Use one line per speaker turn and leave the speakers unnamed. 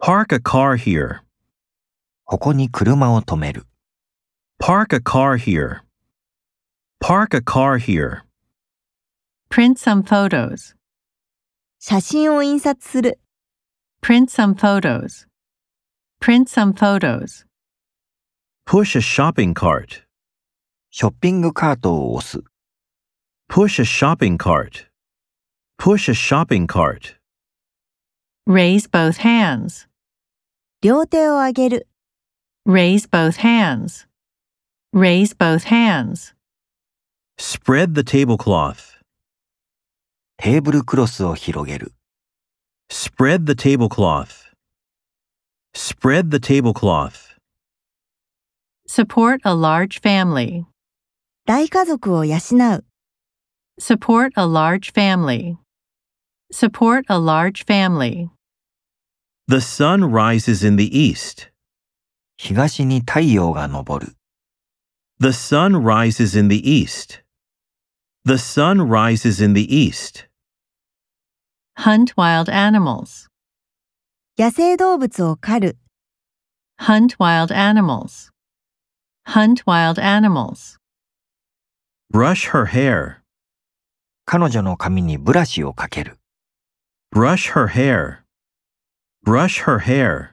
Park a car here.
ここに車を止める。
Park a car here. Park a car here.
Print some photos.
写真を印刷する。
Print some photos. Print some photos.
Push a shopping cart.
ショッピングカートを押す。
Push a shopping cart. Push a shopping cart.
Raise both hands.
両手を上げる。
Raise both hands. Raise both hands.
Spread the tablecloth.
テーブルクロスを広げる。
Spread the tablecloth. Spread the tablecloth.
Support a large family.
大家族を養う。
Support a large family. Support a large family.
The sun rises in the east.
東に太陽が昇る。
The sun rises in the east. The sun rises in the east.
Hunt wild animals.
野生動物を狩る。
Hunt wild animals. Hunt wild animals.
Brush her hair.
彼女の髪にブラシをかける。
Brush her hair. Brush her hair.